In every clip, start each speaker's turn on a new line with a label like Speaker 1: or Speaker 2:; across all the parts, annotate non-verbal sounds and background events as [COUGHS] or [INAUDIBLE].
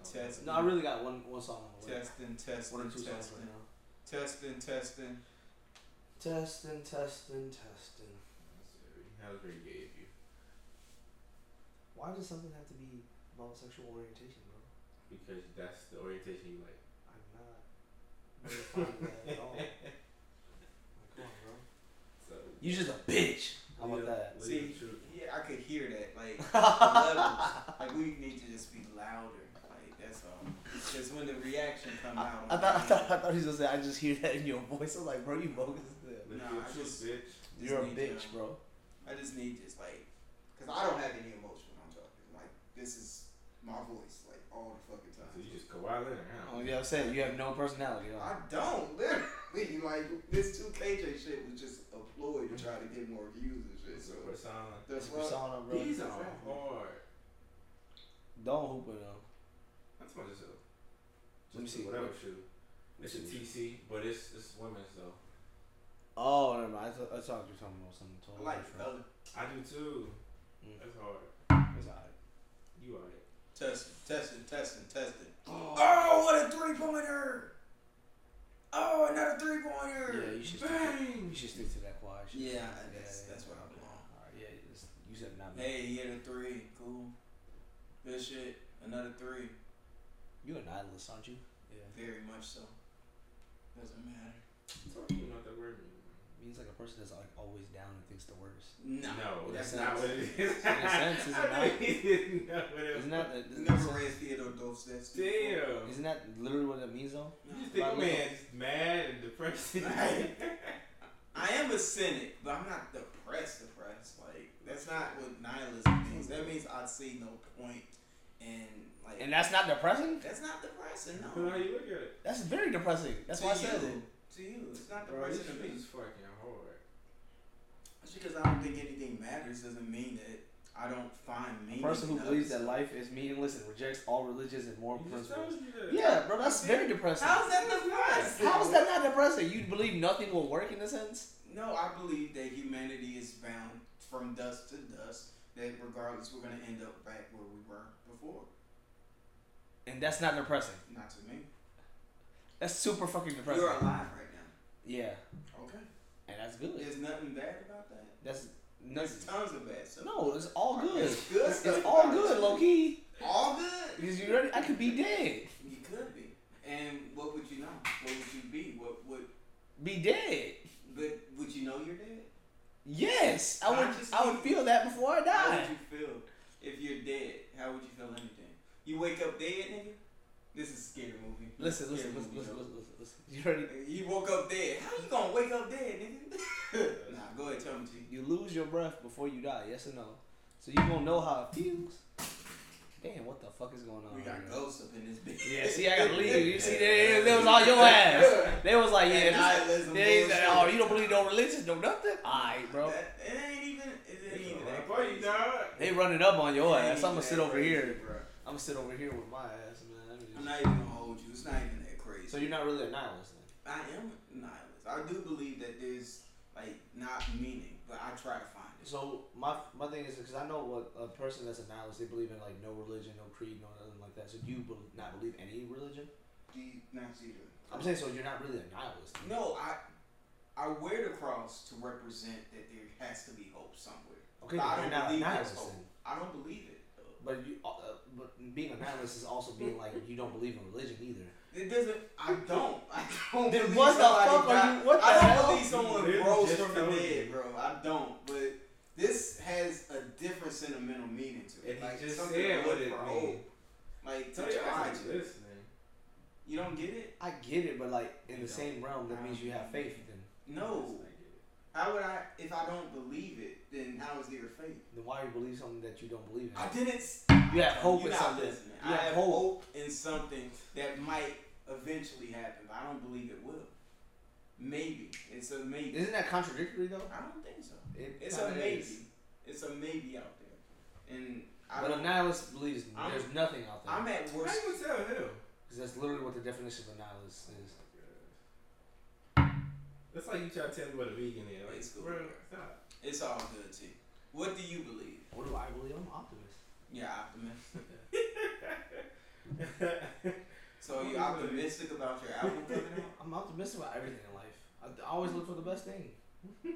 Speaker 1: testing.
Speaker 2: No, I really got one one song. on the way.
Speaker 1: testing, testing,
Speaker 2: One or two
Speaker 1: testing,
Speaker 2: songs right now.
Speaker 1: testing, testing.
Speaker 2: Testing, testing, testing.
Speaker 3: That was very gay of you.
Speaker 2: Why does something have to be about sexual orientation, bro?
Speaker 3: Because that's the orientation you like.
Speaker 2: I'm not redefining that at
Speaker 1: [LAUGHS]
Speaker 2: all. Like, come on, bro.
Speaker 3: So
Speaker 2: You just a bitch. How
Speaker 3: Yeah.
Speaker 2: about [LAUGHS] that?
Speaker 3: Leave
Speaker 1: See,
Speaker 3: the truth.
Speaker 1: yeah, I could hear that. Like,
Speaker 2: [LAUGHS]
Speaker 1: levels. like we need to just be louder. Like that's all. Because when the reaction come
Speaker 2: I,
Speaker 1: out,
Speaker 2: I thought I thought I thought he was gonna say I just hear that in your voice. I was like, bro, you bogus. as hell.
Speaker 3: Live
Speaker 1: Nah,
Speaker 3: your
Speaker 1: I
Speaker 3: truth,
Speaker 1: just-
Speaker 3: bitch.
Speaker 1: just
Speaker 2: You're a
Speaker 1: need
Speaker 2: bitch,
Speaker 1: to-
Speaker 2: bro.
Speaker 1: I just need just like, cause I don't have any emotion when I'm talking. Like this is my voice, like all the fucking
Speaker 3: So
Speaker 1: time.
Speaker 3: you just Kawhi Leonard, huh?
Speaker 2: Oh, yeah, I'm saying you have no personality. At all.
Speaker 1: I don't literally [LAUGHS] like this two KJ shit was just a ploy to
Speaker 2: Mm-hmm.
Speaker 1: try to get more views and shit. So
Speaker 3: Super Sonic.
Speaker 1: that's
Speaker 2: Your
Speaker 1: why.
Speaker 2: persona, bro.
Speaker 3: These are
Speaker 1: Exactly.
Speaker 3: hard.
Speaker 2: Don't hoop it though.
Speaker 3: That's my just a
Speaker 2: Let me
Speaker 3: just a
Speaker 2: see.
Speaker 3: Whatever shoe. It's a TC, but it's it's women's though.
Speaker 2: Oh, never mind. I, th- I thought you were talking about
Speaker 1: I
Speaker 2: something totally
Speaker 1: like uh,
Speaker 2: different.
Speaker 1: fella.
Speaker 3: I do too.
Speaker 2: Mm.
Speaker 3: That's hard.
Speaker 2: It's alright.
Speaker 3: You are it.
Speaker 1: Testing, testing, testing, testing.
Speaker 2: Oh.
Speaker 1: Oh, what a three pointer! Oh, another three pointer!
Speaker 2: Yeah, you should stick to,
Speaker 1: Bang!
Speaker 2: you should stick to that quad. shit.
Speaker 1: Yeah, that's- that's where I belong.
Speaker 2: Alright, yeah, it's, you said not me.
Speaker 1: Hey, he hit a three. Cool. Good shit. Another three.
Speaker 2: You an idolist, aren't you? Yeah.
Speaker 1: Very much so. Doesn't matter.
Speaker 3: Talk to you about that word.
Speaker 2: Means like a person that's like always down and thinks the worst.
Speaker 1: No,
Speaker 3: No,
Speaker 1: that's
Speaker 3: that's not what it is.
Speaker 2: In a sense, is
Speaker 3: [LAUGHS]
Speaker 2: it
Speaker 3: I
Speaker 2: not?
Speaker 3: knew you didn't know what it was.
Speaker 2: Isn't that uh, isn't
Speaker 1: Never
Speaker 2: that-
Speaker 1: read Theodore Dostoevsky. before.
Speaker 3: Damn.
Speaker 2: isn't that literally what it means though?
Speaker 3: You just
Speaker 1: No.
Speaker 3: think a man's mad and depressed.
Speaker 1: Right. I am a cynic, but I'm not depressed. Depressed, like that's not what nihilism means. That means I see no point in like.
Speaker 2: And that's not depressing.
Speaker 1: that's not depressing.
Speaker 3: [LAUGHS] How
Speaker 1: No.
Speaker 3: you look at it?
Speaker 2: That's very depressing. That's
Speaker 1: to
Speaker 2: why I
Speaker 1: you,
Speaker 2: said it.
Speaker 1: To you, it's not
Speaker 3: Bro, this
Speaker 1: depressing to
Speaker 3: shit
Speaker 1: me.
Speaker 3: is fucking hard.
Speaker 1: Just because I don't think anything matters doesn't mean that I don't find
Speaker 2: A
Speaker 1: meaning.
Speaker 2: person who
Speaker 1: in
Speaker 2: believes
Speaker 1: others.
Speaker 2: that life is meaningless and rejects all religions and moral
Speaker 3: You just told
Speaker 2: principles.
Speaker 3: me that.
Speaker 2: Yeah, bro, that's very
Speaker 3: [LAUGHS]
Speaker 2: depressing.
Speaker 1: How's that depressing?
Speaker 2: How is that not depressing? You believe nothing will work in a sense?
Speaker 1: No, I believe that humanity is bound from dust to dust. That regardless, we're gonna end up back where we were before.
Speaker 2: And that's not depressing.
Speaker 1: Not to me.
Speaker 2: That's super fucking depressing.
Speaker 1: You're alive right now.
Speaker 2: Yeah.
Speaker 1: Okay.
Speaker 2: And that's good.
Speaker 1: There's nothing bad about that.
Speaker 2: That's
Speaker 1: There's
Speaker 2: nothing.
Speaker 1: tons of bad stuff.
Speaker 2: No, it's all good.
Speaker 1: It's good stuff. [LAUGHS]
Speaker 2: It's all good, low key.
Speaker 1: All good.
Speaker 2: Because you ready? I could be dead.
Speaker 1: You could be. And what would you know? What would you be? What would?
Speaker 2: Be dead.
Speaker 1: But would you know you're dead?
Speaker 2: Yes, I would. I would feel that before I
Speaker 1: How
Speaker 2: die.
Speaker 1: would you feel if you're dead? How would you feel anything? You wake up dead, nigga. This is a scary movie.
Speaker 2: Listen,
Speaker 1: Scary
Speaker 2: listen, listen,
Speaker 1: movie,
Speaker 2: listen,
Speaker 1: though.
Speaker 2: listen, listen, listen. You ready?
Speaker 1: You woke up dead. How you gonna wake up dead, nigga? [LAUGHS] nah, go ahead, tell me, G.
Speaker 2: You lose your breath before you die. Yes or no? So you gonna know how it feels. Damn, what the fuck is going on?
Speaker 1: We
Speaker 2: here?
Speaker 1: got ghosts up in this bitch.
Speaker 2: Oh, Yeah, see, I
Speaker 1: [LAUGHS]
Speaker 2: gotta leave. You see, they, they was all your ass. They was like,
Speaker 1: That
Speaker 2: yeah, this,
Speaker 1: nihilism
Speaker 2: they,
Speaker 1: bullshit.
Speaker 2: oh, you don't believe no religion, no nothing. Alright, bro.
Speaker 1: That, it ain't even. It ain't even. that
Speaker 3: Boy, you
Speaker 1: crazy.
Speaker 3: dog.
Speaker 2: They running up on your
Speaker 1: It ain't
Speaker 2: ass. I'm
Speaker 1: even
Speaker 2: gonna sit
Speaker 1: that
Speaker 2: over
Speaker 1: crazy,
Speaker 2: here.
Speaker 1: bro.
Speaker 2: I'm gonna sit over here with my ass, man. I
Speaker 1: I'm
Speaker 2: mean,
Speaker 1: not even gonna hold you. It's not even that crazy.
Speaker 2: so you're not really a nihilist then.
Speaker 1: I am a nihilist. I do believe that there's like not meaning, but I try to find it.
Speaker 2: So my my thing is because I know what a person that's a nihilist they believe in like no religion, no creed, no nothing like that. So do you bel not believe any religion?
Speaker 1: Do you not see that?
Speaker 2: I'm saying so you're not really a nihilist.
Speaker 1: No, I I wear the cross to represent that there has to be hope somewhere.
Speaker 2: Okay,
Speaker 1: But I
Speaker 2: but you're
Speaker 1: don't
Speaker 2: not a
Speaker 1: believe
Speaker 2: nihilist.
Speaker 1: there's hope.
Speaker 2: then.
Speaker 1: I don't believe it. though.
Speaker 2: But you, uh, but being a nihilist is also being like you don't believe in religion either.
Speaker 1: It doesn't. I don't. [LAUGHS] I don't.
Speaker 2: Then
Speaker 1: believe
Speaker 2: what the
Speaker 1: somebody
Speaker 2: fuck are
Speaker 1: died.
Speaker 2: you- what
Speaker 1: I
Speaker 2: the
Speaker 1: don't
Speaker 2: hell?
Speaker 1: believe someone
Speaker 3: Literally
Speaker 1: rose
Speaker 3: just
Speaker 1: from the
Speaker 3: told
Speaker 1: dead,
Speaker 3: you.
Speaker 1: bro. I don't. But this has a different sentimental meaning to it.
Speaker 3: And
Speaker 1: like
Speaker 3: he just
Speaker 1: something to
Speaker 3: said what
Speaker 1: look
Speaker 3: it
Speaker 1: for
Speaker 3: means.
Speaker 1: hope. Like to
Speaker 3: Tell your
Speaker 1: try
Speaker 3: eyes
Speaker 1: to.
Speaker 3: listening.
Speaker 1: You don't get it?
Speaker 2: I get it, but like in
Speaker 3: You
Speaker 2: the
Speaker 3: don't.
Speaker 2: same realm, that means you have faith. Then
Speaker 1: No. How would I? If I don't believe it, then how is there a faith?
Speaker 2: then why do you believe something that you don't believe in?
Speaker 1: I didn't. s-
Speaker 2: You have hope
Speaker 1: You're
Speaker 2: in
Speaker 1: not
Speaker 2: something.
Speaker 1: listening.
Speaker 2: You
Speaker 1: I
Speaker 2: have
Speaker 1: have
Speaker 2: hope.
Speaker 1: hope in something that might eventually happen, but I don't believe it will. Maybe it's a maybe.
Speaker 2: Isn't that contradictory though?
Speaker 1: I don't think so.
Speaker 2: It
Speaker 1: It's a
Speaker 2: kinda
Speaker 1: maybe.
Speaker 2: is.
Speaker 1: It's a maybe out there, and I
Speaker 2: But a
Speaker 1: don't.
Speaker 2: nihilist believes
Speaker 1: I'm-
Speaker 2: there's nothing out there.
Speaker 1: I'm at
Speaker 3: How
Speaker 1: worst.
Speaker 3: you gonna tell him?
Speaker 2: Because that's literally what the definition of a nihilist is.
Speaker 3: That's like you try to tell me what a vegan is. Like,
Speaker 1: It's cool.
Speaker 3: bro, stop.
Speaker 1: It's all good too. What do you believe?
Speaker 2: What do I believe? I'm an optimist.
Speaker 1: Yeah, optimist.
Speaker 3: [LAUGHS]
Speaker 1: So you optimistic about your album coming
Speaker 2: [LAUGHS]
Speaker 1: out?
Speaker 2: I'm optimistic about everything in life. I, I always look for the best thing.
Speaker 1: Yo,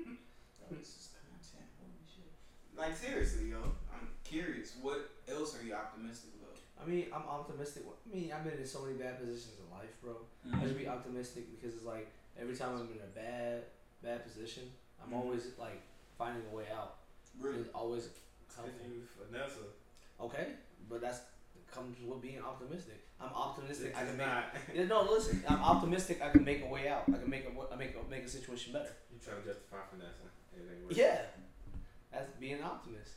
Speaker 1: this is content. Holy shit. Like seriously, yo, I'm curious. What else are you optimistic about?
Speaker 2: I mean, I'm optimistic. I mean, I've been in so many bad positions in life, bro. I just be optimistic because it's like every time I'm in a bad, bad position, I'm
Speaker 1: Mhm.
Speaker 2: always like finding a way out.
Speaker 1: Really?
Speaker 2: It's always
Speaker 3: Cause
Speaker 2: helpful.
Speaker 3: you finesse her.
Speaker 2: Okay, but that's comes with being optimistic. I'm optimistic. I
Speaker 3: It's
Speaker 2: can make. [LAUGHS]
Speaker 3: not.
Speaker 2: Yeah, no, listen. I'm optimistic. I can make a way out. I can make a wa- I make a, make a situation better.
Speaker 3: You trying to justify finessing? It ain't working.
Speaker 2: Yeah, that's being an optimist.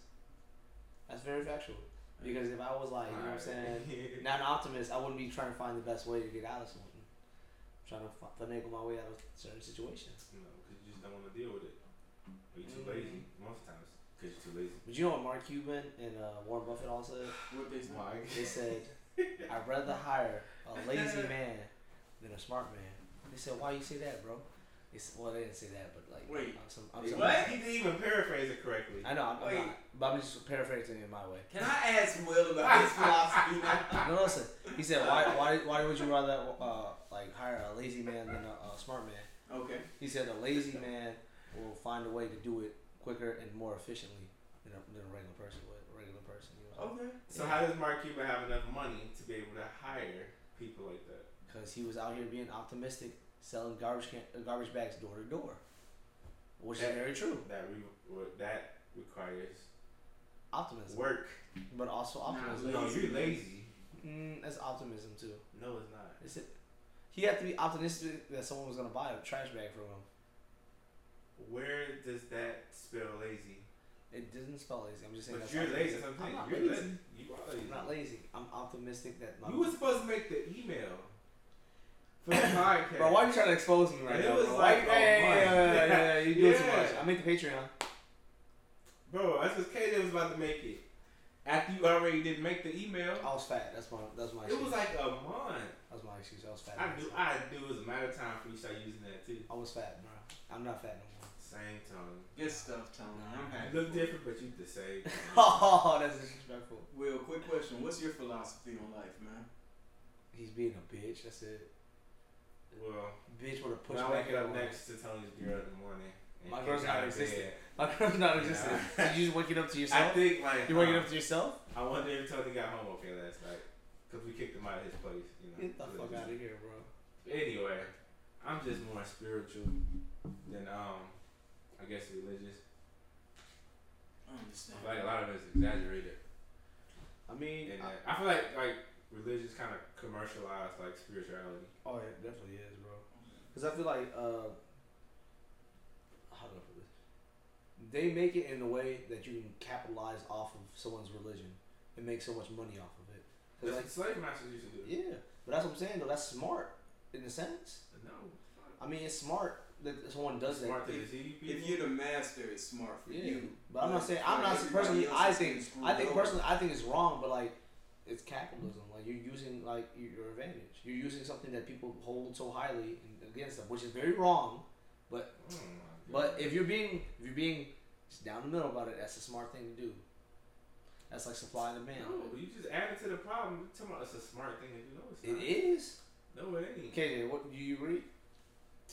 Speaker 2: That's very factual. Because if I was like, you know what I'm saying,
Speaker 3: [LAUGHS]
Speaker 2: not an optimist, I wouldn't be trying to find the best way to get out of something. I'm trying to fi- finagle my way out of certain situations.
Speaker 3: No, because you just don't want to deal with it. Or
Speaker 2: Mm.
Speaker 3: you're too lazy. Most times. Because you're too lazy.
Speaker 2: But you know what Mark Cuban and uh, Warren Buffett all said?
Speaker 1: What they
Speaker 3: Why?
Speaker 2: They said, I'd rather hire a lazy man than a smart man. They said, why you say that, bro? They said, well, they didn't say that, but like,
Speaker 1: Wait.
Speaker 2: I'm some, I'm some,
Speaker 3: What? He didn't even paraphrase it correctly.
Speaker 2: I know, I'm, I'm
Speaker 1: Wait.
Speaker 2: not, but I'm just paraphrasing it my way.
Speaker 1: Can I ask Will about his philosophy now?
Speaker 2: No, listen. He said, "Why, why, why would you rather uh, like hire a lazy man than a, a smart man?"
Speaker 1: Okay.
Speaker 2: He said, "A lazy man will find a way to do it quicker and more efficiently than a, than a regular person would. A regular person, you know,
Speaker 1: Okay.
Speaker 3: So how does Mark Cuban have enough money to be able to hire people like that?
Speaker 2: because he was out here being optimistic, selling garbage can, uh, garbage bags door to door, which is
Speaker 3: Yeah.
Speaker 2: very true.
Speaker 3: That re- well, that requires
Speaker 2: Optimism,
Speaker 3: work.
Speaker 2: but also optimism.
Speaker 3: No, you're lazy.
Speaker 2: Mm, that's optimism too.
Speaker 3: No, it's not.
Speaker 2: Is it? He had to be optimistic that someone was gonna buy a trash bag from him.
Speaker 3: Where does that spell lazy?
Speaker 2: It didn't spell lazy. I'm just saying.
Speaker 3: But
Speaker 2: that's
Speaker 3: you're lazy.
Speaker 2: optimism.
Speaker 3: That's what
Speaker 2: I'm
Speaker 3: I'm
Speaker 2: not
Speaker 3: saying. You're lazy.
Speaker 2: lazy.
Speaker 3: You are lazy.
Speaker 2: I'm not lazy. I'm optimistic that my.
Speaker 3: You were supposed to make the email
Speaker 2: [COUGHS]
Speaker 3: for the podcast.
Speaker 2: bro, why are you trying to expose me right
Speaker 3: It
Speaker 2: now?
Speaker 3: was
Speaker 2: bro?
Speaker 3: like
Speaker 2: why,
Speaker 3: a
Speaker 2: yeah,
Speaker 3: month.
Speaker 2: yeah, yeah, yeah, yeah, you do
Speaker 3: [LAUGHS]
Speaker 2: too
Speaker 3: Yeah.
Speaker 2: much. I made the Patreon.
Speaker 3: Bro, that's because KJ was about to make it. After you already didn't make the email,
Speaker 2: I was fat. That's my. That's my.
Speaker 3: it
Speaker 2: Excuse.
Speaker 3: was like a month.
Speaker 2: that's my excuse. I was fat.
Speaker 3: I knew, I knew it was a matter of time for you to start using that too.
Speaker 2: I was fat, bro. I'm not
Speaker 3: [LAUGHS]
Speaker 2: fat no more. [LAUGHS]
Speaker 3: Same tone.
Speaker 1: Good stuff, Tony. I'm happy.
Speaker 3: You look different, but you the same.
Speaker 2: Oh, that's disrespectful.
Speaker 1: Will, quick question. What's your philosophy on life, man?
Speaker 2: He's being a bitch. That's it.
Speaker 3: well,
Speaker 2: Bitch would have pushed
Speaker 3: when I
Speaker 2: back
Speaker 3: wake
Speaker 2: in
Speaker 3: up
Speaker 2: the
Speaker 3: next to Tony's girl in the morning. and
Speaker 2: My
Speaker 3: kick
Speaker 2: girl's
Speaker 3: her out
Speaker 2: not
Speaker 3: of bed,
Speaker 2: existing. [LAUGHS] My girl's not existing.
Speaker 3: Yeah.
Speaker 2: Did you just wake it up to
Speaker 3: I
Speaker 2: yourself?
Speaker 3: think like uh,
Speaker 2: you waking up to yourself?
Speaker 3: I wonder if Tony got home okay last night because we kicked him out of his place. You know.
Speaker 2: Get the fuck
Speaker 3: Just-
Speaker 2: out of here, bro.
Speaker 3: Anyway, I'm just more spiritual than um, I guess religious.
Speaker 1: I
Speaker 3: I
Speaker 1: understand.
Speaker 3: feel like a lot of it's exaggerated,
Speaker 2: I mean,
Speaker 3: and
Speaker 2: I-
Speaker 3: I feel like like religion's kind of commercialized like spirituality.
Speaker 2: Oh, it definitely is, bro. Because I feel like, uh, how do I put this? They make it in a way that you can capitalize off of someone's religion and make so much money off of it. 'Cause,
Speaker 3: That's what slave masters used to do.
Speaker 2: like, yeah, but that's what I'm saying though. That's smart in a sense.
Speaker 3: No,
Speaker 2: I mean, it's smart that someone does that.
Speaker 3: smart to deceive people.
Speaker 1: If you're the master, it's smart for
Speaker 2: Yeah,
Speaker 1: you.
Speaker 2: but I'm not saying I'm not saying- personally. I think I think personally I think it's wrong, but like it's capitalism. Like you're using like your- your advantage. You're using something that people hold so highly and against them, which is very wrong.
Speaker 3: Oh my
Speaker 2: But
Speaker 3: God.
Speaker 2: if you're being if you're being just down the middle about it, that's a smart thing to do. That's like supply and demand.
Speaker 3: no, you just added to the problem. You're talking about it's a smart thing to do. No, it's
Speaker 2: It
Speaker 3: not.
Speaker 2: is.
Speaker 3: No, it ain't.
Speaker 2: KJ, what do you read?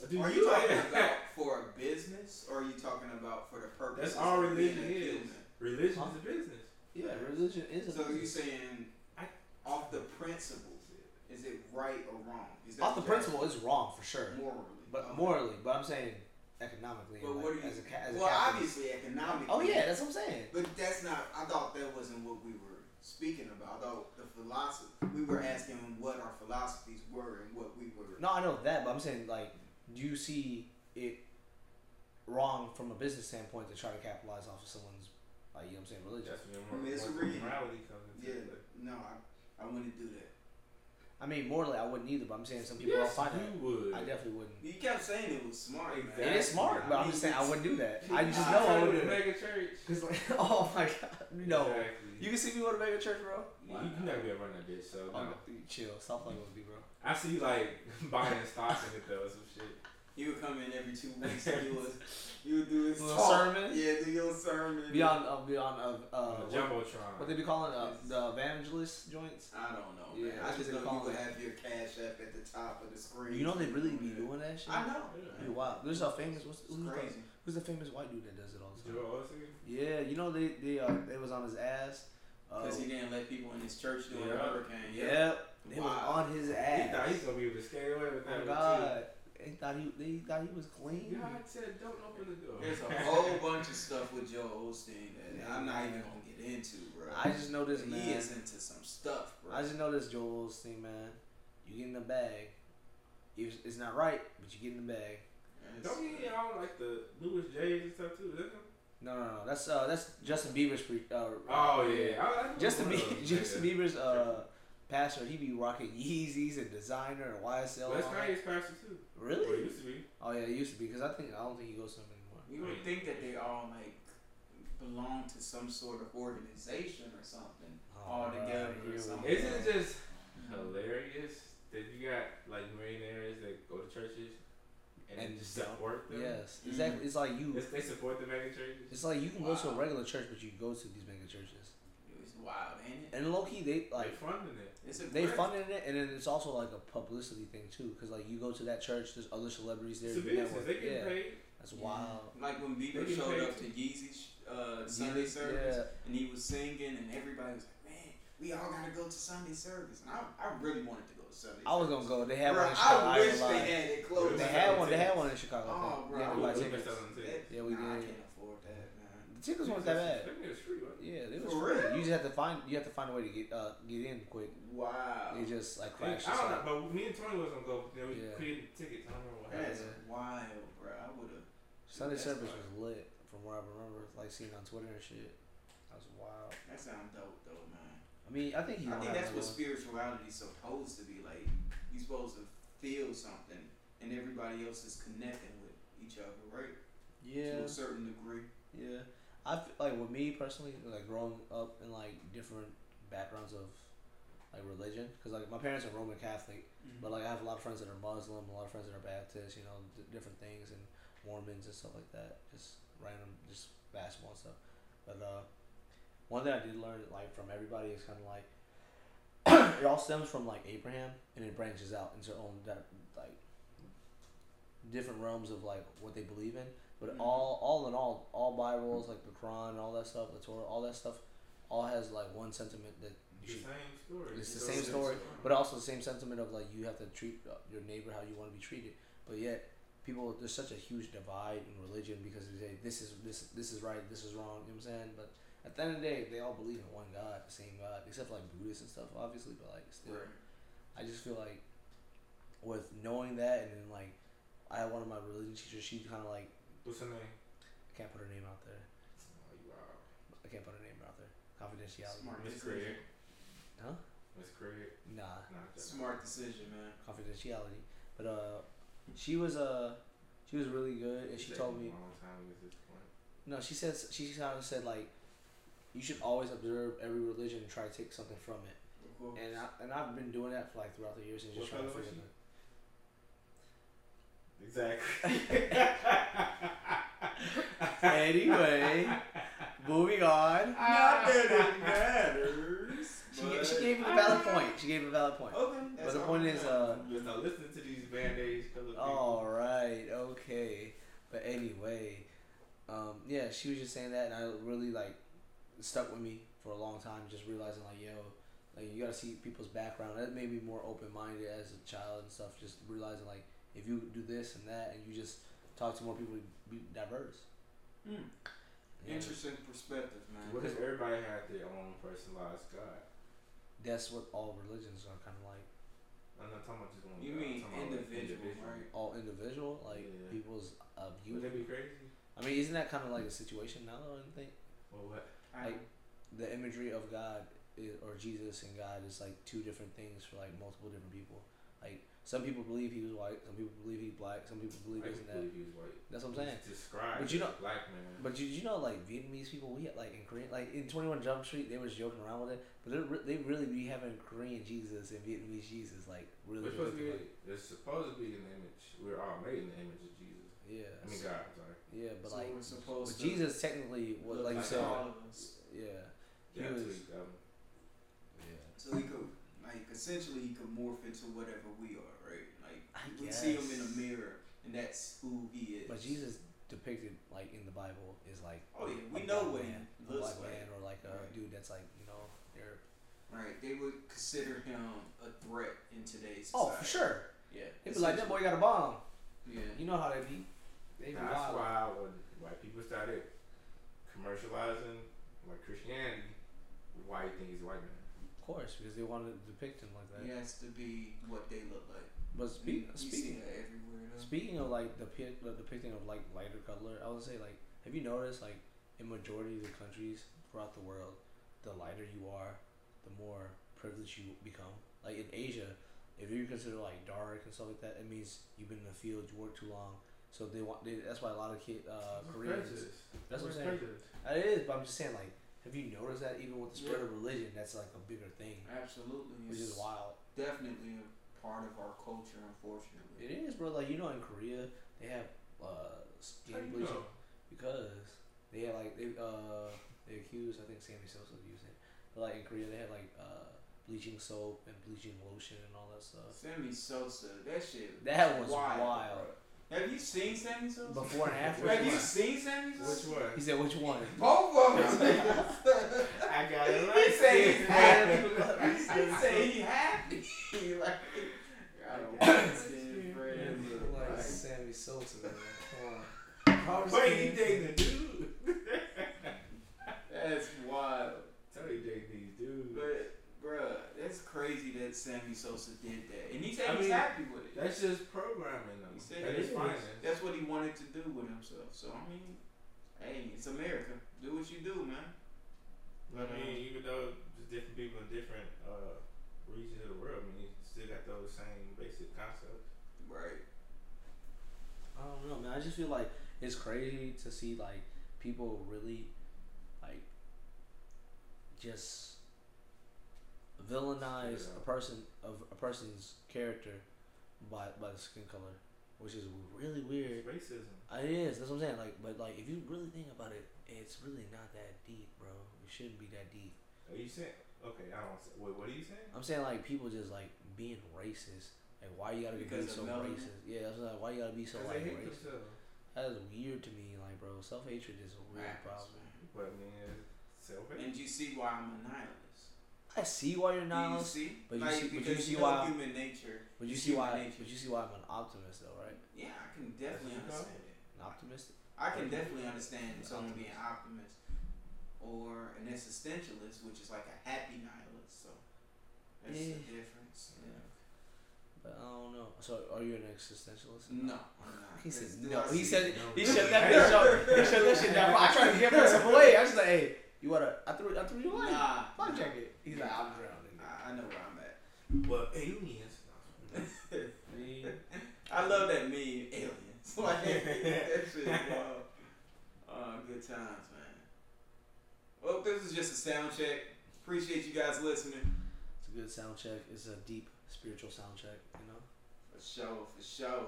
Speaker 3: Do
Speaker 1: Are
Speaker 3: [LAUGHS]
Speaker 1: you talking about for a business, or are you talking about for the purpose?
Speaker 3: That's all
Speaker 1: of being
Speaker 3: religion
Speaker 1: a
Speaker 3: is.
Speaker 1: human?
Speaker 3: Religion
Speaker 2: Huh?
Speaker 3: is a business.
Speaker 2: Yeah, religion is. a
Speaker 1: So you
Speaker 2: business.
Speaker 1: saying
Speaker 3: I-
Speaker 1: off the principle, is it right or wrong? Is that
Speaker 2: off the
Speaker 1: what
Speaker 2: principle is wrong for sure,
Speaker 1: you're- morally?
Speaker 2: but
Speaker 1: Okay.
Speaker 2: morally. But I'm saying economically.
Speaker 1: But
Speaker 2: like,
Speaker 1: what do you?
Speaker 2: as a, ca- as a
Speaker 1: well,
Speaker 2: capitalist.
Speaker 1: obviously economically.
Speaker 2: Oh yeah, that's what I'm saying.
Speaker 1: But that's not. I thought that wasn't what we were speaking about. I thought the philosophy. We were asking what our philosophies were and what we were.
Speaker 2: No, I know that, but I'm saying like, do you see it wrong from a business standpoint to try to capitalize off of someone's like you know what I'm saying religion?
Speaker 3: That's when
Speaker 1: I
Speaker 3: mor-
Speaker 1: mean, it's a
Speaker 3: mor-
Speaker 1: reason.
Speaker 3: morality comes into
Speaker 1: Yeah.
Speaker 3: it.
Speaker 1: No, I. I wouldn't do that.
Speaker 2: I mean morally, I wouldn't either, but I'm saying some people
Speaker 3: yes,
Speaker 2: don't find
Speaker 3: you would.
Speaker 2: that. I definitely wouldn't.
Speaker 1: You kept saying it was smart. man.
Speaker 3: Exactly.
Speaker 2: It is smart, but I'm just saying I wouldn't do that. I just know I wouldn't do that.
Speaker 3: mega church.
Speaker 2: [LAUGHS] Cause like, [LAUGHS] oh my god, no.
Speaker 3: Exactly.
Speaker 2: You can see me go to mega church, bro.
Speaker 3: You, you never be able to run that bitch, so no.
Speaker 2: Oh, chill, stop Oh, playing with me, bro.
Speaker 3: [LAUGHS] I see you like buying stocks in it though, some shit.
Speaker 1: You would come in every two weeks and do
Speaker 2: [LAUGHS]
Speaker 1: a, you would do his
Speaker 2: Little
Speaker 1: talk.
Speaker 2: sermon?
Speaker 1: Yeah, do your sermon.
Speaker 2: Beyond, uh, beyond, uh, uh,
Speaker 3: The
Speaker 2: what,
Speaker 3: jumbotron.
Speaker 2: what they be calling uh, the evangelist joints?
Speaker 1: I don't know,
Speaker 2: Yeah,
Speaker 1: man.
Speaker 2: that's
Speaker 1: I just know
Speaker 2: what they
Speaker 1: you
Speaker 2: call
Speaker 1: would
Speaker 2: it.
Speaker 1: have your cash app at the top of the screen.
Speaker 2: You know they really be doing that shit.
Speaker 1: I know.
Speaker 2: Be wild. There's a famous what's,
Speaker 1: It's
Speaker 2: who's, the,
Speaker 1: crazy.
Speaker 2: who's the famous white dude that does it all the time?
Speaker 3: Joel Osteen?
Speaker 2: Yeah, you know they they uh, they was on his ass. Uh,
Speaker 1: Because he didn't let people in his church do a
Speaker 3: Yeah.
Speaker 1: hurricane.
Speaker 2: yeah, they
Speaker 1: Wow.
Speaker 2: was on his
Speaker 3: He thought
Speaker 2: ass.
Speaker 3: he's gonna be able to scare away with that.
Speaker 2: Oh
Speaker 3: one,
Speaker 2: God, they thought he they thought he was
Speaker 3: too.
Speaker 2: clean.
Speaker 3: God said, don't open the door.
Speaker 1: There's a
Speaker 3: [LAUGHS]
Speaker 1: whole bunch of stuff with Joe Osteen that
Speaker 2: Yeah,
Speaker 1: I'm not even
Speaker 2: man.
Speaker 1: gonna get into, bro.
Speaker 2: I just know this
Speaker 1: he
Speaker 2: man.
Speaker 1: is into some stuff, bro.
Speaker 2: I just know this Joel Osteen man. You get in the bag. It's it's not right, but you get in the bag.
Speaker 3: Don't he uh, own like the Louis J's and stuff too? Isn't he?
Speaker 2: No, no, no. That's uh, that's Justin Bieber's. Pre- uh,
Speaker 3: Oh yeah. Oh, I, I know
Speaker 2: Justin
Speaker 3: one of
Speaker 2: Bieber,
Speaker 3: those
Speaker 2: Justin
Speaker 3: niggas.
Speaker 2: Bieber's uh, pastor. He be rocking Yeezys and designer and YSL.
Speaker 3: West
Speaker 2: and all that.
Speaker 3: Kanye's pastor too. Or he
Speaker 2: Really?
Speaker 3: used to be.
Speaker 2: Oh yeah, it used to be because I think I don't think he goes to them anymore.
Speaker 1: You would think that they all like belong to some sort of organization or something all
Speaker 2: Alright,
Speaker 1: together
Speaker 2: here
Speaker 1: or
Speaker 2: we
Speaker 1: something.
Speaker 3: Isn't it just hilarious that you got like millionaires that go to churches and,
Speaker 2: And
Speaker 3: just
Speaker 2: don't-
Speaker 3: support them?
Speaker 2: Yes, exactly. It's like you.
Speaker 3: It's- they support the mega churches.
Speaker 2: It's like you can go to a
Speaker 1: Wow.
Speaker 2: regular church, but you go to these mega churches.
Speaker 1: It's wild, ain't it?
Speaker 2: And low key, they like
Speaker 3: they funding it.
Speaker 1: It's a
Speaker 2: they
Speaker 1: great-
Speaker 2: funded it, and then it's also like a publicity thing too, because like you go to that church, there's other celebrities there.
Speaker 3: It's a
Speaker 2: you
Speaker 3: business.
Speaker 2: network.
Speaker 3: They get
Speaker 2: yeah,
Speaker 3: paid.
Speaker 2: that's
Speaker 1: Yeah.
Speaker 2: wild.
Speaker 1: Like when Bieber
Speaker 3: They get
Speaker 1: showed
Speaker 3: paid
Speaker 1: up to
Speaker 3: to-
Speaker 1: Yeezy's uh, Sunday
Speaker 2: Yeah,
Speaker 1: service and he was singing and everybody was like, man, we all gotta go to Sunday service. And I, I really wanted to go to Sunday
Speaker 2: I was
Speaker 1: service.
Speaker 2: gonna go. They had
Speaker 1: Bro,
Speaker 2: one. In Chicago,
Speaker 1: I
Speaker 2: I ain't
Speaker 1: wish
Speaker 2: gonna
Speaker 1: they
Speaker 2: lie.
Speaker 1: had it close.
Speaker 2: They
Speaker 3: They
Speaker 2: had
Speaker 3: had
Speaker 2: one. They had
Speaker 3: tickets.
Speaker 2: one in Chicago. I
Speaker 1: Oh,
Speaker 2: think.
Speaker 1: bro.
Speaker 2: Yeah, we
Speaker 3: We-
Speaker 2: buy
Speaker 3: we
Speaker 2: tickets.
Speaker 3: missed out on tickets.
Speaker 2: Yeah, we
Speaker 1: nah, I
Speaker 2: did.
Speaker 1: can't afford that, man.
Speaker 2: The tickets weren't that bad.
Speaker 3: That nigga's free, right?
Speaker 2: Yeah, they was
Speaker 1: For
Speaker 2: free.
Speaker 1: real?
Speaker 2: You just have to find. You have to find a way to get uh, get in quick.
Speaker 1: Wow.
Speaker 2: They just like
Speaker 3: I
Speaker 2: crashed.
Speaker 3: don't know, but me and Tony was gonna go. You know, we
Speaker 2: Yeah.
Speaker 3: created tickets. I don't remember what happened.
Speaker 1: That's
Speaker 2: Yeah.
Speaker 1: wild, bro. I would have.
Speaker 2: Sunday
Speaker 1: That's
Speaker 2: service
Speaker 1: fire.
Speaker 2: was lit, from what I remember, like seeing on Twitter and shit. That was wild.
Speaker 1: That sounds dope, though, man.
Speaker 2: I mean, I think he.
Speaker 1: I
Speaker 2: gonna
Speaker 1: think
Speaker 2: have
Speaker 1: that's what
Speaker 2: one.
Speaker 1: spirituality is supposed to be like. You're supposed to feel something, and everybody else is connecting with each other, right?
Speaker 2: Yeah,
Speaker 1: To a certain degree.
Speaker 2: yeah. I feel, like with me personally, like growing up in like different backgrounds of like religion, because like my parents are Roman Catholic, but like I have a lot of friends that are Muslim, a lot of friends that are Baptist, you know, d- different things and Mormons and stuff like that. Just random, just basketball and stuff. But uh, one thing I did learn like from everybody is kind of like [COUGHS] it all stems from like Abraham, and it branches out into own that like different realms of like what they believe in. But
Speaker 1: Mhm.
Speaker 2: all, all in all, all Bibles like the Quran and all that stuff, the Torah, all that stuff, all has like one sentiment that you
Speaker 3: The
Speaker 2: should
Speaker 3: same story.
Speaker 2: It's the
Speaker 3: It's
Speaker 2: same story, but uh, also the same sentiment of like you have to treat uh, your neighbor how you want to be treated. But yet, people there's such a huge divide in religion because they say this is this this is right, this is wrong. You know what I'm saying? But at the end of the day, they all believe in one God, the same God, except for like Buddhists and stuff, obviously. But like still,
Speaker 1: Right.
Speaker 2: I just feel like with knowing that and then like I had one of my religion teachers. She kind of like
Speaker 3: What's her name?
Speaker 2: I can't put her name out there.
Speaker 3: Oh, you are.
Speaker 2: I can't put her name out there. Confidentiality.
Speaker 1: Smart
Speaker 3: Miss Craig.
Speaker 1: decision.
Speaker 2: Huh?
Speaker 3: Miss Craig.
Speaker 2: Nah.
Speaker 3: Nah, I'm joking.
Speaker 1: Smart decision, man.
Speaker 2: confidentiality. But uh, she was uh, she was really good, and she
Speaker 3: Taking
Speaker 2: told
Speaker 3: a
Speaker 2: me
Speaker 3: long time to get this point.
Speaker 2: no. She says she kind of said like, you should always observe every religion and try to take something from it.
Speaker 1: Of course.
Speaker 2: And I and I've been doing that for like throughout the years and just
Speaker 3: What
Speaker 2: trying to
Speaker 3: color was
Speaker 2: figure it
Speaker 3: she?
Speaker 2: out.
Speaker 3: [LAUGHS] Exactly.
Speaker 2: Anyway, moving on.
Speaker 1: Not Ah, that it matters.
Speaker 2: She, ga-
Speaker 1: but-
Speaker 2: she gave me a valid point. She gave me a valid point.
Speaker 1: Okay.
Speaker 2: But
Speaker 1: that's
Speaker 2: the
Speaker 1: all
Speaker 2: point
Speaker 1: I
Speaker 2: is
Speaker 1: know.
Speaker 2: uh.
Speaker 3: Just now listen to these band aids.
Speaker 2: All right, okay. But anyway, um, yeah, she was just saying that, and I really like stuck with me for a long time. Just realizing like, yo, like you gotta see people's background. That made me more open minded as a child and stuff. Just realizing like, if you do this and that, and you just talk to more people, be diverse.
Speaker 1: Hmm.
Speaker 2: Yeah.
Speaker 1: Interesting perspective, man.
Speaker 3: What if everybody had their own personalized God?
Speaker 2: That's what all religions are kind of like.
Speaker 3: I'm not talking about just one. God,
Speaker 1: You
Speaker 3: I'm
Speaker 1: mean
Speaker 3: talking about, like,
Speaker 1: individual, right?
Speaker 2: All individual, like
Speaker 3: Yeah.
Speaker 2: people's uh,
Speaker 3: Would
Speaker 2: view.
Speaker 3: that be crazy?
Speaker 2: I mean, isn't that kind of like a situation now? though, I don't think.
Speaker 3: Or what?
Speaker 1: I-
Speaker 2: Like, the imagery of God i or Jesus and God is like two different things for like multiple different people. Like some people believe he was white, some people believe he's black, some people believe
Speaker 3: I
Speaker 2: this
Speaker 3: just
Speaker 2: and that.
Speaker 3: believe he was white.
Speaker 2: That's what I'm saying.
Speaker 3: Just Describe
Speaker 2: But you
Speaker 3: it
Speaker 2: know-
Speaker 3: as black man.
Speaker 2: But did you know, like Vietnamese people, we had, like in Korean, like in Twenty One Jump Street, they was joking around with it, but they re- they really be having Korean Jesus and Vietnamese Jesus, like really.
Speaker 3: We're supposed to be.
Speaker 2: like,
Speaker 3: It's supposed to be in the image. We're all made in the image of Jesus.
Speaker 2: yeah,
Speaker 3: I mean, God. I'm sorry.
Speaker 2: yeah, but
Speaker 1: so
Speaker 2: like,
Speaker 1: we're
Speaker 2: but
Speaker 3: uh,
Speaker 1: supposed to
Speaker 2: Jesus technically was
Speaker 1: look
Speaker 2: like you
Speaker 1: like
Speaker 2: said,
Speaker 1: all of us.
Speaker 2: yeah, He
Speaker 3: Yeah,
Speaker 2: was-
Speaker 3: tweak, um,
Speaker 2: yeah.
Speaker 1: So he could, like, essentially, he could morph into whatever we are, right? Like,
Speaker 2: I
Speaker 1: you can see him
Speaker 2: guess.
Speaker 1: in a mirror, and that's who he is.
Speaker 2: But Jesus depicted like in the Bible is like,
Speaker 1: Oh, yeah, we
Speaker 2: a
Speaker 1: know
Speaker 2: black
Speaker 1: what he
Speaker 2: man, a
Speaker 1: looks
Speaker 2: black
Speaker 1: like.
Speaker 2: man, or like a
Speaker 1: Right.
Speaker 2: dude that's like you know they're
Speaker 1: right? They would consider him a threat in today's society.
Speaker 2: oh for sure.
Speaker 1: Yeah.
Speaker 2: They be like that boy got a bomb.
Speaker 1: Yeah.
Speaker 2: You know how they be. They be
Speaker 3: That's
Speaker 2: wild.
Speaker 3: why when white people started commercializing like Christianity, why you think he's a white man?
Speaker 2: Of course, because they wanted to depict him like that.
Speaker 1: He has to be what they look like.
Speaker 2: But speak,
Speaker 1: And you see
Speaker 2: speaking
Speaker 1: that everywhere, though.
Speaker 2: Speaking of like the, pi- the depicting of like lighter color, I would say like have you noticed like in majority of the countries throughout the world, the lighter you are, the more privileged you become. Like in Asia, if you're considered like dark and stuff like that, it means you've been in the field, you work too long. So they want they, that's why a lot of kid uh, Koreans.
Speaker 3: Prejudice.
Speaker 2: That's
Speaker 3: It's
Speaker 2: what I'm saying. Uh,
Speaker 3: prejudice.
Speaker 2: It is, but I'm just saying like have you noticed that even with the spread
Speaker 1: Yeah.
Speaker 2: of religion, that's like a bigger thing,
Speaker 1: Absolutely.
Speaker 2: which is
Speaker 1: It's
Speaker 2: wild.
Speaker 1: definitely a part of our culture, unfortunately.
Speaker 2: It is, bro. Like you know, in Korea they have uh,
Speaker 3: How
Speaker 2: skin
Speaker 3: you
Speaker 2: bleaching.
Speaker 3: know?
Speaker 2: Because they had like they uh they accused I think Sammy Sosa of using it. But like in Korea they had like uh bleaching soap and bleaching lotion and all that stuff.
Speaker 1: Sammy Sosa, that shit.
Speaker 2: That was
Speaker 1: wild.
Speaker 2: wild.
Speaker 1: bro. Have you seen Sammy Sosa?
Speaker 2: Before and after.
Speaker 1: Have
Speaker 3: Which
Speaker 1: you
Speaker 3: one?
Speaker 1: seen Sammy Sosa?
Speaker 3: Which one?
Speaker 2: He [LAUGHS] said which one?
Speaker 1: Both of
Speaker 2: [LAUGHS]
Speaker 1: them.
Speaker 3: I got it.
Speaker 1: He say he's happy.
Speaker 3: He
Speaker 1: He say he happy. [LAUGHS] like, I
Speaker 2: [LAUGHS]
Speaker 1: don't
Speaker 3: I got
Speaker 1: understand,
Speaker 3: you.
Speaker 1: friend.
Speaker 2: like
Speaker 1: Like,
Speaker 2: Sammy Sosa, man. Come on.
Speaker 3: [LAUGHS] Wait, he dating a dude?
Speaker 1: That's wild.
Speaker 3: Tell you dating these dudes.
Speaker 1: But, bruh, that's crazy that Sammy Sosa did that. And he said
Speaker 3: I
Speaker 1: he's
Speaker 3: mean,
Speaker 1: happy with it.
Speaker 3: That's just programming them.
Speaker 1: He said
Speaker 3: that
Speaker 1: it
Speaker 3: is
Speaker 1: is.
Speaker 3: finance.
Speaker 1: That's what he wanted to do with himself. So, I mean, hey, it's America. Do what you do, man.
Speaker 3: I mean, even though there's different people in different uh, regions of the world, I mean, you still got those same basic concepts.
Speaker 1: Right.
Speaker 2: I don't know, man. I just feel like it's crazy to see like people really like just villainize a person of a person's character by by the skin color, which is really weird.
Speaker 3: It's racism.
Speaker 2: It is. That's what I'm saying. Like, but like, if you really think about it, it's really not that deep, bro. It shouldn't be that deep.
Speaker 3: Are you saying? Okay, I don't. Say, wait, what are you saying?
Speaker 2: I'm saying like people just like being racist. Like, why you gotta
Speaker 1: Because
Speaker 2: be
Speaker 1: of
Speaker 2: so
Speaker 1: melanin?
Speaker 2: racist? Yeah, that's what I'm like, why you gotta be so
Speaker 3: Because
Speaker 2: like
Speaker 3: they hate
Speaker 2: racist.
Speaker 3: themselves.
Speaker 2: That is weird to me, like, bro. Self hatred is a weird
Speaker 1: Happens,
Speaker 2: problem.
Speaker 1: man.
Speaker 3: But I mean, it's selfish.
Speaker 1: And you see why I'm a nihilist.
Speaker 2: I see why you're
Speaker 1: Do you
Speaker 2: not,
Speaker 1: see?
Speaker 2: but you
Speaker 1: like,
Speaker 2: see- but you
Speaker 1: because
Speaker 2: see
Speaker 1: know
Speaker 2: why-
Speaker 1: human nature.
Speaker 2: but you
Speaker 1: it's
Speaker 2: see
Speaker 1: human
Speaker 2: why,
Speaker 1: nature.
Speaker 2: but you see why I'm an optimist, though, right?
Speaker 1: Yeah, I can definitely
Speaker 3: That's what
Speaker 1: understand it.
Speaker 2: An optimistic.
Speaker 1: I can definitely understand someone being an optimist or an existentialist, which is like a happy nihilist. So that's
Speaker 2: Yeah.
Speaker 1: the difference. Yeah.
Speaker 2: But I don't know. So, are you an existentialist?
Speaker 1: No, I'm not.
Speaker 2: He said
Speaker 1: Do
Speaker 2: no.
Speaker 1: I
Speaker 2: He
Speaker 1: see
Speaker 2: said
Speaker 1: it?
Speaker 2: he shut that bitch up. He shut that shit down. I tried to give him some play. I was just like, hey, you wanna? I threw, I threw you away.
Speaker 1: Nah,
Speaker 2: Fuck
Speaker 1: nah.
Speaker 2: jacket. He's like, I'm drowning.
Speaker 1: I, I know where I'm at.
Speaker 3: But aliens.
Speaker 1: I love that meme, aliens. [LAUGHS] Like that shit. Wow. Oh, good times, man. Well, this is just a sound check. Appreciate you guys listening.
Speaker 2: It's a good sound check. It's a deep spiritual sound check. You know.
Speaker 1: For sure, for sure.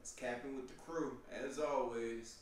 Speaker 1: It's capping with the crew, as always.